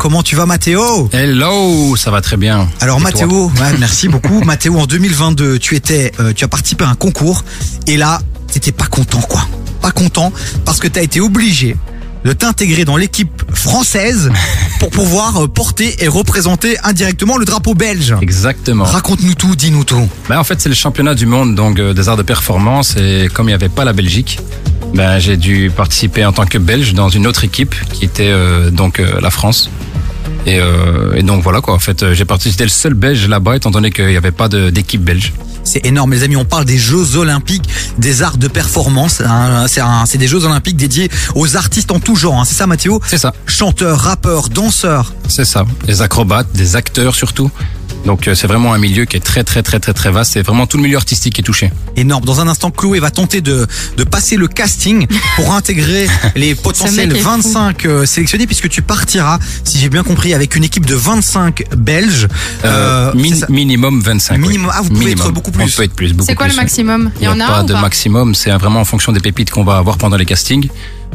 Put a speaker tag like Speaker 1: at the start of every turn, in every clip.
Speaker 1: Comment tu vas Mathéo
Speaker 2: Hello, ça va très bien.
Speaker 1: Alors
Speaker 2: Et toi
Speaker 1: Mathéo, ouais, merci beaucoup. Mathéo, en 2022, tu étais, euh, tu as participé à un concours et là, t'étais pas content quoi. Pas content parce que t'as été obligé de t'intégrer dans l'équipe française pour pouvoir euh, porter et représenter indirectement le drapeau belge.
Speaker 2: Exactement.
Speaker 1: Raconte-nous tout, dis-nous tout.
Speaker 2: Ben, en fait, c'est le championnat du monde donc euh, des arts de performance et comme il n'y avait pas la Belgique, ben, j'ai dû participer en tant que Belge dans une autre équipe qui était euh, donc euh, la France. Et, euh, et donc voilà quoi. En fait, euh, j'ai participé. J'étais le seul Belge là-bas étant donné qu'il n'y avait pas de- d'équipe belge.
Speaker 1: C'est énorme, les amis. On parle des Jeux Olympiques, des arts de performance. hein. C'est un- c'est des Jeux Olympiques dédiés aux artistes en tout genre. hein. C'est ça, Mathéo
Speaker 2: C'est ça,
Speaker 1: Chanteurs, rappeurs, danseurs.
Speaker 2: c'est ça. Des acrobates, des acteurs surtout. Donc euh, c'est vraiment un milieu qui est très très très très très vaste. C'est vraiment tout le milieu artistique qui est touché.
Speaker 1: Énorme. Dans un instant, Chloé va tenter de, de passer le casting pour intégrer les potentiels
Speaker 3: mec est fou.
Speaker 1: 25 euh, sélectionnés, puisque tu partiras, si j'ai bien compris, avec une équipe de 25 Belges.
Speaker 2: Euh,
Speaker 1: Euh,
Speaker 2: min-
Speaker 1: c'est ça.
Speaker 2: minimum 25. oui.
Speaker 1: Minimum. Ah, vous pouvez être
Speaker 2: Minimum.
Speaker 1: beaucoup plus.
Speaker 2: On peut être plus. beaucoup
Speaker 3: C'est quoi le
Speaker 2: plus, oui.
Speaker 3: maximum Il y, en a,
Speaker 2: pas
Speaker 3: un ou
Speaker 2: de
Speaker 3: pas
Speaker 2: maximum, c'est vraiment en fonction des pépites qu'on va avoir pendant les castings.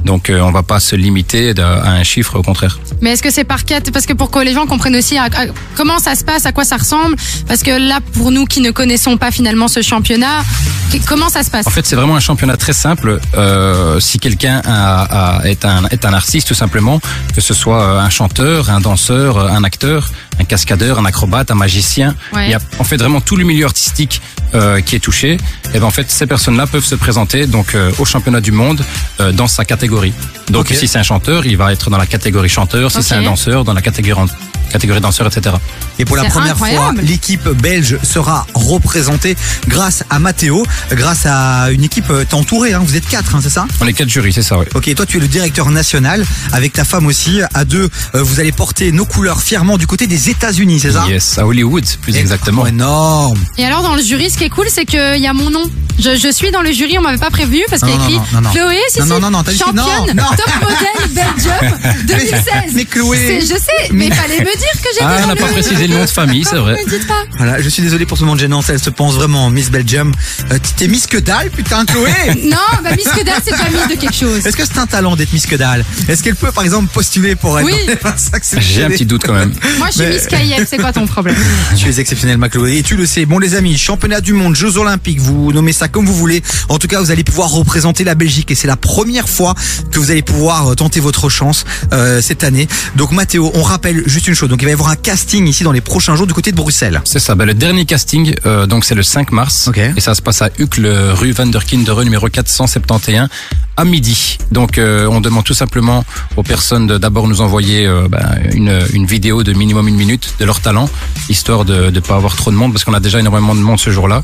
Speaker 2: Donc euh, on va pas se limiter d'un- à un chiffre, au contraire.
Speaker 3: Mais est-ce que c'est par quête Parce que pour que les gens comprennent aussi à- à- comment ça se passe, à quoi ça ressemble. Parce que là, pour nous qui ne connaissons pas finalement ce championnat, qu- comment ça se passe
Speaker 2: En fait, c'est vraiment un championnat très simple. Euh, si quelqu'un a- a- est, un, est un artiste, tout simplement, que ce soit euh, un chanteur, un danseur, euh, un acteur, un cascadeur, un acrobate, un magicien,
Speaker 3: Ouais.
Speaker 2: il y a en fait vraiment tout le milieu artistique euh, qui est touché. Et ben en fait, ces personnes-là peuvent se présenter donc euh, au championnat du monde euh, dans sa catégorie. Donc
Speaker 1: Ok.
Speaker 2: si c'est un chanteur, il va être dans la catégorie chanteur. Si
Speaker 3: Ok.
Speaker 2: c'est un danseur, dans la catégorie catégorie danseur, etc.
Speaker 1: Et pour la
Speaker 3: C'est
Speaker 1: première
Speaker 3: incroyable.
Speaker 1: fois, l'équipe belge sera représentée grâce à Mathéo, grâce à une équipe euh, t'es entourée, hein, vous êtes quatre, hein, c'est ça
Speaker 2: On est quatre jurys, c'est ça, oui.
Speaker 1: Ok, toi tu es le directeur national, avec ta femme aussi, à deux, euh, vous allez porter nos couleurs fièrement du côté des États-Unis, c'est ça
Speaker 2: Yes, à Hollywood, plus exactement.
Speaker 1: Énorme.
Speaker 3: Et alors, dans le jury, ce qui est cool, c'est qu'il y a mon nom. Je, je suis dans le jury, on m'avait pas prévenu parce qu'il y a
Speaker 1: Non, non,
Speaker 3: écrit
Speaker 1: non, non, non.
Speaker 3: Chloé, si,
Speaker 1: Non,
Speaker 3: si,
Speaker 1: non, non, non, t'as dit- non,
Speaker 3: championne,
Speaker 1: non.
Speaker 3: top modèle, bel job, 2016.
Speaker 1: mais Chloé.
Speaker 3: C'est- Je sais, mais fallait me dire que j'étais
Speaker 2: Ah, on
Speaker 3: dans
Speaker 2: n'a
Speaker 3: le-
Speaker 2: pas précisé le nom de famille, c'est vrai.
Speaker 3: Pourquoi vous me dites pas
Speaker 1: Voilà, je suis désolé pour ce moment de gênance, elle se pense vraiment Miss Belgium. Euh, T'es Miss que dalle, putain Chloé
Speaker 3: Non, bah, Miss Kedal, c'est pas Miss de quelque chose.
Speaker 1: Est-ce que c'est un talent d'être Miss que dalle Est-ce qu'elle peut par exemple postuler pour être
Speaker 3: Oui.
Speaker 1: dans les 25
Speaker 2: J'ai un
Speaker 1: sélectionnés
Speaker 2: petit doute quand même.
Speaker 3: Moi, je suis
Speaker 1: Mais-
Speaker 3: Miss Kayem, c'est quoi ton problème
Speaker 1: Tu es exceptionnel, ma Chloé, et tu le sais. Bon, les amis, championnat du monde, Jeux Olympiques, vous nommez ça comme vous voulez. En tout cas, vous allez pouvoir représenter la Belgique et c'est la première fois que vous allez pouvoir euh, tenter votre chance euh, cette année. Donc, Mathéo, on rappelle juste une chose. Donc, il va y avoir un casting ici dans les prochains jours du côté de Bruxelles.
Speaker 2: C'est ça. Ben, le dernier casting, euh, donc c'est le 5 mars.
Speaker 1: Ok.
Speaker 2: Et ça se passe à Uccle, rue Van der Kinderen, numéro 471, à midi. Donc euh, on demande tout simplement aux personnes de d'abord nous envoyer euh, ben, une, une vidéo de minimum une minute de leur talent, histoire de ne pas avoir trop de monde, parce qu'on a déjà énormément de monde ce jour-là.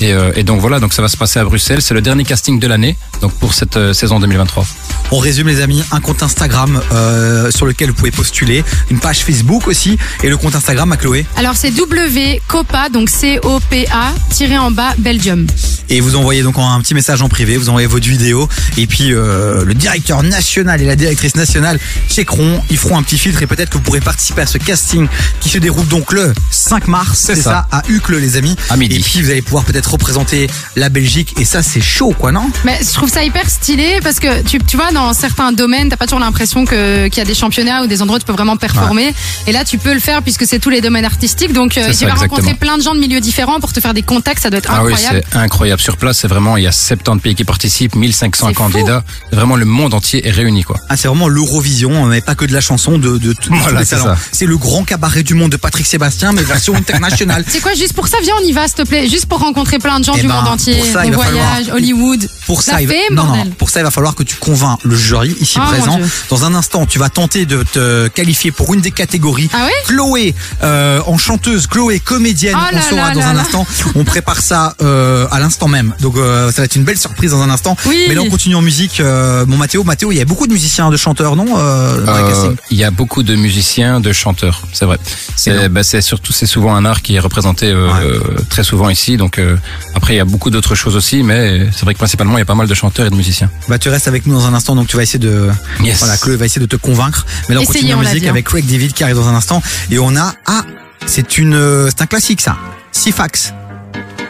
Speaker 2: Et, euh, et donc voilà, donc ça va se passer à Bruxelles. C'est le dernier casting de l'année, donc pour cette euh, saison 2023.
Speaker 1: On résume, les amis, un compte Instagram euh, sur lequel vous pouvez postuler, une page Facebook aussi et le compte Instagram à Chloé.
Speaker 3: Alors c'est W Copa, donc C-O-P-A, tiré en bas, Belgium.
Speaker 1: Et vous envoyez donc un petit message en privé, vous envoyez votre vidéo et puis euh, le directeur national et la directrice nationale checkeront, ils feront un petit filtre et peut-être que vous pourrez participer à ce casting qui se déroule donc le 5 mars,
Speaker 2: C'est
Speaker 1: c'est ça.
Speaker 2: ça.
Speaker 1: à Uccle les amis.
Speaker 2: À midi.
Speaker 1: Et puis vous allez pouvoir peut-être représenter la Belgique et ça c'est chaud quoi non
Speaker 3: Mais je trouve ça hyper stylé parce que tu, tu vois, dans certains domaines, t'as pas toujours l'impression que- qu'il y a des championnats ou des endroits où tu peux vraiment performer. Et là, tu peux le faire puisque c'est tous les domaines artistiques. Donc euh,
Speaker 2: C'est
Speaker 3: tu
Speaker 2: ça,
Speaker 3: vas rencontrer
Speaker 2: exactement.
Speaker 3: plein de gens de milieux différents pour te faire des contacts, ça doit être
Speaker 2: Ah oui,
Speaker 3: incroyable.
Speaker 2: c'est incroyable. Sur place, c'est vraiment, il y a 70 pays qui participent, 1500
Speaker 3: C'est fou.
Speaker 2: candidats. Vraiment, le monde entier est réuni, quoi.
Speaker 1: Ah, c'est vraiment l'Eurovision, mais pas que de la chanson, de, de, de tous
Speaker 2: Voilà,
Speaker 1: les
Speaker 2: c'est
Speaker 1: talents.
Speaker 2: ça.
Speaker 1: C'est le grand cabaret du monde de Patrick Sébastien, mais version internationale.
Speaker 3: C'est quoi, juste pour ça, viens, on y va, s'il te plaît. Juste pour rencontrer plein de gens
Speaker 1: Eh
Speaker 3: du
Speaker 1: ben,
Speaker 3: monde entier.
Speaker 1: pour ça,
Speaker 3: des
Speaker 1: il va
Speaker 3: voyages,
Speaker 1: falloir-
Speaker 3: Hollywood.
Speaker 1: Pour ça,
Speaker 3: La
Speaker 1: il va...
Speaker 3: fame,
Speaker 1: non, non,
Speaker 3: bordel.
Speaker 1: pour ça, il va falloir que tu convaincs le jury ici
Speaker 3: Ah, mon
Speaker 1: présent.
Speaker 3: Dieu.
Speaker 1: Dans un instant, tu vas tenter de te qualifier pour une des catégories.
Speaker 3: Ah ouais
Speaker 1: Chloé euh, en chanteuse, Chloé comédienne,
Speaker 3: Oh
Speaker 1: on
Speaker 3: là
Speaker 1: saura
Speaker 3: là
Speaker 1: dans
Speaker 3: là
Speaker 1: un
Speaker 3: là.
Speaker 1: instant. On prépare ça euh, à l'instant même. Donc euh, ça va être une belle surprise dans un instant.
Speaker 3: Oui.
Speaker 1: Mais là on continue en musique. Euh, bon Mathéo, Mathéo, il y a beaucoup de musiciens, de chanteurs, non euh, dans la
Speaker 2: Euh,
Speaker 1: casting
Speaker 2: Il y a beaucoup de musiciens, de chanteurs, c'est vrai. C'est
Speaker 1: Énorme.
Speaker 2: bah, c'est surtout c'est souvent un art qui est représenté euh,
Speaker 1: Ouais.
Speaker 2: euh, très souvent ici. Donc euh, après il y a beaucoup d'autres choses aussi, mais c'est vrai que principalement il y a pas mal de chanteurs et de musiciens.
Speaker 1: Bah tu restes avec nous dans un instant, donc tu vas essayer de.
Speaker 2: Yes.
Speaker 1: Voilà, Chloé va essayer de te convaincre. Mais là on
Speaker 3: Essayez,
Speaker 1: continue en
Speaker 3: on l'a
Speaker 1: musique
Speaker 3: dit, hein.
Speaker 1: avec Craig David qui arrive dans un instant. Et on a ah, c'est une, euh, c'est un classique ça. Sifax.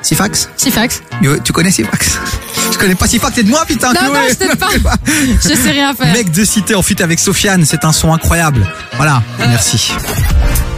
Speaker 1: Sifax.
Speaker 3: Petit fax.
Speaker 1: Yo, Tu connais Sifax je connais pas si fort que t'es de moi, putain.
Speaker 3: Non,
Speaker 1: Chloé.
Speaker 3: non, je t'aide pas. Je sais rien faire.
Speaker 1: Ah, Mec de cité en fuite avec Sofiane, c'est un son incroyable. Voilà, merci.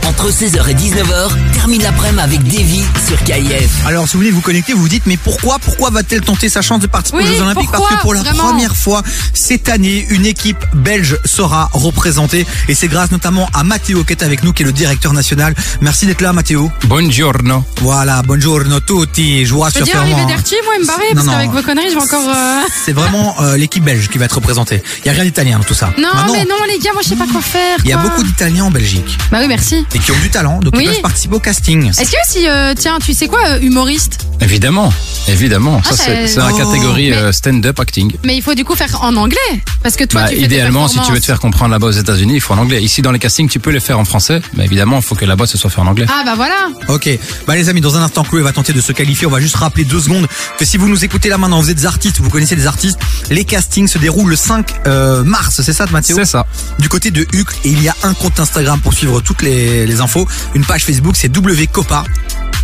Speaker 4: Entre 16h et 19h, termine l'après-midi avec Davy sur KIF.
Speaker 1: Alors si vous voulez vous connecter, vous vous dites mais pourquoi pourquoi va-t-elle tenter sa chance de participer
Speaker 3: Oui,
Speaker 1: aux Jeux Olympiques Parce
Speaker 3: pourquoi,
Speaker 1: que pour la
Speaker 3: vraiment
Speaker 1: première fois cette année, une équipe belge sera représentée et c'est grâce notamment à Mathéo qui est avec nous, qui est le directeur national. Merci d'être là Mathéo.
Speaker 2: Buongiorno.
Speaker 1: Voilà, buongiorno tutti, joie
Speaker 3: Je peux
Speaker 1: sur
Speaker 3: dire Olivier Derty, moi, il me barrer,
Speaker 1: Non,
Speaker 3: parce
Speaker 1: non.
Speaker 3: qu'avec vos conneries, je vais encore. euh,
Speaker 1: hein. C'est vraiment euh, l'équipe belge qui va être représentée. Il y a rien d'italien dans tout ça.
Speaker 3: Non,
Speaker 1: Maintenant,
Speaker 3: mais non, les gars, moi, je sais pas quoi faire.
Speaker 1: Bah Il y a
Speaker 3: quoi.
Speaker 1: beaucoup d'Italiens en Belgique
Speaker 3: Bah oui, merci.
Speaker 1: et qui ont du talent, donc
Speaker 3: Oui.
Speaker 1: ils peuvent participer au casting.
Speaker 3: Est-ce que si, euh, tiens, tu sais quoi, euh, humoriste
Speaker 2: Évidemment, évidemment.
Speaker 3: Ah,
Speaker 2: ça, c'est
Speaker 3: c'est-
Speaker 2: c'est la
Speaker 1: Oh.
Speaker 2: catégorie
Speaker 3: Mais-
Speaker 2: euh, stand-up acting.
Speaker 3: Mais il faut du coup faire en anglais. Parce que toi,
Speaker 2: Bah,
Speaker 3: tu fais
Speaker 2: idéalement,
Speaker 3: des
Speaker 2: si tu veux te faire comprendre là-bas aux États-Unis, il faut en anglais. Ici, dans les castings, tu peux les faire en français, mais évidemment, il faut que là-bas, ce soit fait en anglais.
Speaker 3: Ah bah voilà.
Speaker 1: Ok, bah les amis, dans un instant, Chloé va tenter de se qualifier. On va juste rappeler deux secondes que si vous nous écoutez là maintenant, vous êtes artistes, vous connaissez des artistes. Les castings se déroulent le 5 euh, mars, c'est ça, Mathéo
Speaker 2: C'est ça.
Speaker 1: Du côté de Hucle, et il y a un compte Instagram pour suivre toutes les, les infos. Une page Facebook, c'est WCOPA.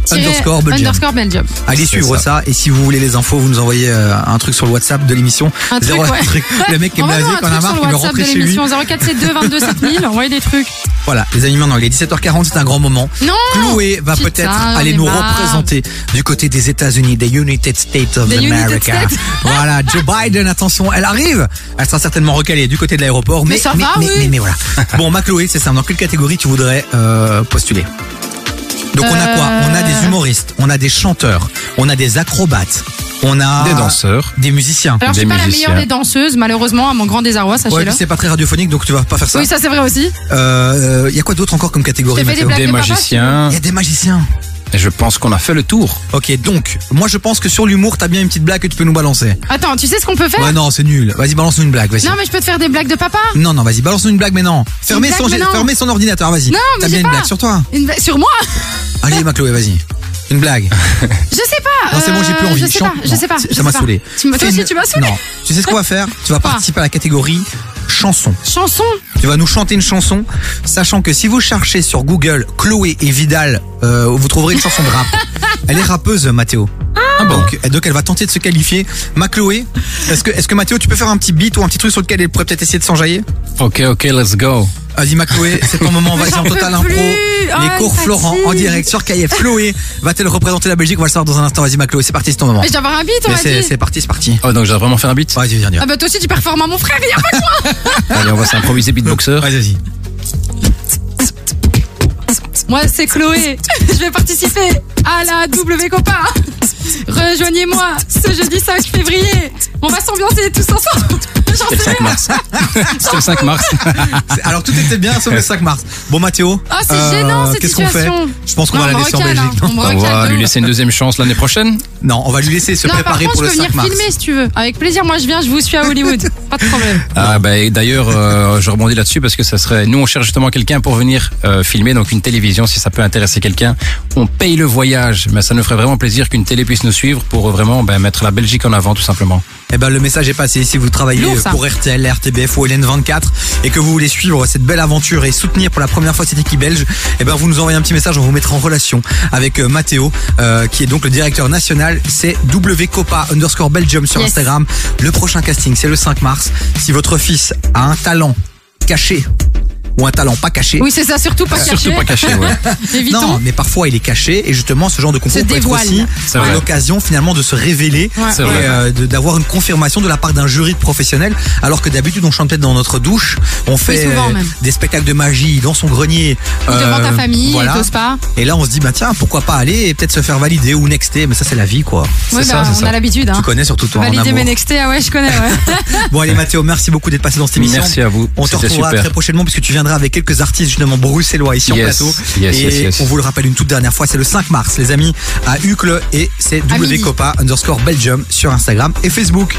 Speaker 3: Tirer
Speaker 1: Underscore Belgium.
Speaker 3: Underscore Belgium.
Speaker 1: Allez
Speaker 2: C'est
Speaker 1: suivre ça. et si vous voulez les infos, vous nous envoyez euh, un truc sur le WhatsApp de l'émission.
Speaker 3: Un truc,
Speaker 1: Zéro-
Speaker 3: ouais.
Speaker 1: truc. Le mec qui est
Speaker 3: Envoie-nous
Speaker 1: blasé,
Speaker 3: un
Speaker 1: qu'on a
Speaker 3: truc
Speaker 1: marre,
Speaker 3: sur le
Speaker 1: qui veut
Speaker 3: WhatsApp
Speaker 1: rentrer
Speaker 3: de
Speaker 1: chez lui.
Speaker 3: l'émission 0472 22 7000, envoyez des trucs.
Speaker 1: Voilà, les amis, maintenant il est 17h40, c'est un grand moment.
Speaker 3: Non
Speaker 1: Chloé va
Speaker 3: Putain,
Speaker 1: peut-être
Speaker 3: j'en ai
Speaker 1: aller nous
Speaker 3: marre.
Speaker 1: représenter du côté des États-Unis, des United States of
Speaker 3: Des United
Speaker 1: America.
Speaker 3: States.
Speaker 1: Voilà, Joe Biden, attention, elle arrive. Elle sera certainement recalée du côté de l'aéroport, mais
Speaker 3: Mais ça va,
Speaker 1: mais,
Speaker 3: oui.
Speaker 1: mais- mais voilà. bon, ma Chloé, c'est ça. Dans quelle catégorie tu voudrais euh, postuler Donc on a quoi
Speaker 3: Euh.
Speaker 1: On a des humoristes, on a des chanteurs, on a des acrobates, on a
Speaker 2: Des danseurs.
Speaker 1: des musiciens.
Speaker 3: Alors, je suis
Speaker 2: Des
Speaker 3: pas la meilleure
Speaker 2: musiciens.
Speaker 3: des danseuses, malheureusement, à mon grand désarroi,
Speaker 1: Ouais,
Speaker 3: sachez-le.
Speaker 1: puis c'est pas très radiophonique, donc tu vas pas faire ça. Euh,
Speaker 3: oui, ça c'est vrai aussi.
Speaker 1: Il y a quoi d'autre encore comme catégorie,
Speaker 3: Je te fais des
Speaker 1: Mathéo
Speaker 3: blagues.
Speaker 2: Des
Speaker 3: papa,
Speaker 2: magiciens.
Speaker 1: Il y a des magiciens.
Speaker 2: Et je pense qu'on a fait le tour.
Speaker 1: Ok, donc, moi je pense que sur l'humour, t'as bien une petite blague que tu peux nous balancer.
Speaker 3: Attends, tu sais ce qu'on peut faire
Speaker 1: Ouais, non, c'est nul. Vas-y, balance-nous une blague, vas-y.
Speaker 3: Non, mais je peux te faire des blagues de papa
Speaker 1: Non, non, vas-y, balance-nous une blague, mais non. Fermez,
Speaker 3: blague,
Speaker 1: son,
Speaker 3: mais non.
Speaker 1: fermez son ordinateur, vas-y.
Speaker 3: Non, mais
Speaker 1: T'as
Speaker 3: j'ai
Speaker 1: bien une
Speaker 3: pas. Euh,
Speaker 1: blague sur toi. hein.
Speaker 3: Une blague- Sur moi
Speaker 1: Allez, ma Chloé, vas-y. Une blague.
Speaker 3: Je sais pas.
Speaker 1: Non, c'est bon, j'ai plus
Speaker 3: euh,
Speaker 1: envie.
Speaker 3: Je sais
Speaker 1: Chiant.
Speaker 3: pas, je
Speaker 1: Non,
Speaker 3: sais pas. je
Speaker 1: Ça
Speaker 3: sais
Speaker 1: m'a
Speaker 3: pas.
Speaker 1: saoulé.
Speaker 3: Tu m'as-
Speaker 1: Fais
Speaker 3: Toi aussi,
Speaker 1: une-
Speaker 3: tu m'as saoulé.
Speaker 1: Non. Tu sais ce qu'on va faire Tu vas
Speaker 3: Quoi
Speaker 1: participer à la catégorie chanson.
Speaker 3: Chanson.
Speaker 1: Tu vas nous chanter une chanson, sachant que si vous cherchez sur Google Chloé et Vidal, euh, vous trouverez une chanson de rap. Elle est rappeuse, Mathéo. Ah bon. donc, donc elle va tenter de se qualifier. Ma Chloé, est-ce que, est-ce que Mathéo, tu peux faire un petit beat ou un petit truc sur lequel elle pourrait peut-être essayer de s'enjailler
Speaker 2: Ok, ok, let's go.
Speaker 1: Vas-y ma Chloé, c'est ton moment, vas-y en
Speaker 3: j'en peux
Speaker 1: total impro.
Speaker 3: plus. Ah,
Speaker 1: les cours
Speaker 3: ça
Speaker 1: Florent en
Speaker 3: tire.
Speaker 1: direct sur KF. Chloé va-t-elle représenter la Belgique On va le savoir dans un instant. Vas-y ma Chloé, c'est parti, c'est ton moment.
Speaker 3: Mais je dois avoir un beat, on
Speaker 1: Mais
Speaker 3: m'a
Speaker 1: c'est,
Speaker 3: dit.
Speaker 1: c'est parti, c'est parti.
Speaker 2: Oh, donc j'ai vraiment fait un beat
Speaker 1: Vas-y, viens, viens.
Speaker 3: Ah bah toi aussi, tu performes à mon frère, il y a pas
Speaker 2: Allez, on va s'improviser beatboxer.
Speaker 1: Vas-y, vas-y.
Speaker 3: Moi, c'est Chloé. Je vais participer à la W Copa. Rejoignez-moi ce jeudi 5 février. On va s'ambiancer tous ensemble. J'en
Speaker 2: C'est le
Speaker 3: sais
Speaker 2: 5
Speaker 3: rien.
Speaker 2: mars. C'est le 5 mars.
Speaker 1: C'est- Alors tout était bien sauf le 5 mars. Bon Mathéo. euh,
Speaker 3: Ah, c'est gênant, cette
Speaker 1: Qu'est-ce qu'on fait
Speaker 3: situation.
Speaker 1: Je pense qu'on
Speaker 3: Non,
Speaker 1: va la
Speaker 3: on me
Speaker 1: laisser en
Speaker 3: recale,
Speaker 1: Belgique.
Speaker 3: hein.
Speaker 1: non
Speaker 3: On me
Speaker 2: On va
Speaker 3: recale de
Speaker 2: lui
Speaker 3: ouf.
Speaker 2: laisser une deuxième chance l'année prochaine.
Speaker 1: Non, on va lui laisser se
Speaker 3: Non, par
Speaker 1: préparer
Speaker 3: contre,
Speaker 1: pour
Speaker 3: je
Speaker 1: le
Speaker 3: peux
Speaker 1: 5
Speaker 3: venir
Speaker 1: mars.
Speaker 3: filmer si tu veux. Avec plaisir, moi je viens, je vous suis à Hollywood. Pas de problème.
Speaker 2: Ah bah, et d'ailleurs, euh, je rebondis là-dessus parce que ça serait. Nous, on cherche justement quelqu'un pour venir euh, filmer, donc une télévision, si ça peut intéresser quelqu'un. On paye le voyage, mais ça nous ferait vraiment plaisir qu'une télé puisse nous suivre pour euh, vraiment ben, mettre la Belgique en avant, tout simplement.
Speaker 1: Eh ben, le message est passé. Si vous travaillez
Speaker 3: Lourd, ça.
Speaker 1: pour RTL, RTBF ou LN24 et que vous voulez suivre cette belle aventure et soutenir pour la première fois cette équipe belge, eh ben, vous nous envoyez un petit message. On vous mettra en relation avec euh, Mathéo, euh, qui est donc le directeur national. C'est WCOPA underscore Belgium sur
Speaker 3: Yes.
Speaker 1: Instagram. Le prochain casting, c'est le 5 mars. Si votre fils a un talent caché ou un talent pas caché,
Speaker 3: Oui, c'est ça, surtout pas caché.
Speaker 2: Surtout pas caché, ouais.
Speaker 1: Non,
Speaker 3: Évitons.
Speaker 1: mais parfois il est caché et justement ce genre de concours
Speaker 3: Se
Speaker 1: peut être
Speaker 3: dévoile.
Speaker 1: aussi
Speaker 2: C'est vrai.
Speaker 1: l'occasion finalement de se révéler
Speaker 3: Ouais.
Speaker 1: et
Speaker 2: C'est vrai.
Speaker 1: euh, de- d'avoir une confirmation de la part d'un jury de professionnels alors que d'habitude on chante peut-être dans notre douche, on fait
Speaker 3: souvent
Speaker 1: euh,
Speaker 3: même.
Speaker 1: des spectacles de magie dans son grenier
Speaker 3: Ou devant ta
Speaker 1: Euh,
Speaker 3: famille,
Speaker 1: voilà.
Speaker 3: t'oses pas.
Speaker 1: Et là on se dit bah tiens, pourquoi pas aller et peut-être se faire valider ou nexter, mais ça c'est la vie quoi.
Speaker 3: Oui,
Speaker 2: ça,
Speaker 3: bah,
Speaker 2: c'est
Speaker 3: on
Speaker 2: ça.
Speaker 3: a l'habitude. Hein.
Speaker 1: Tu connais surtout toi en
Speaker 3: Valider
Speaker 1: amour.
Speaker 3: mes nextés, ah ouais, je connais, ouais.
Speaker 1: Bon allez Mathéo, merci beaucoup d'être passé dans cette émission.
Speaker 2: Merci à vous.
Speaker 1: On te
Speaker 2: C'était
Speaker 1: retrouvera
Speaker 2: super.
Speaker 1: très prochainement puisque tu viendras avec quelques artistes justement bruxellois ici
Speaker 2: Yes,
Speaker 1: en plateau.
Speaker 2: yes,
Speaker 1: et
Speaker 2: yes, yes.
Speaker 1: on vous le rappelle une toute dernière fois, c'est le 5 mars les amis à Uccle et c'est
Speaker 3: À midi.
Speaker 1: wcopa underscore Belgium sur Instagram et Facebook.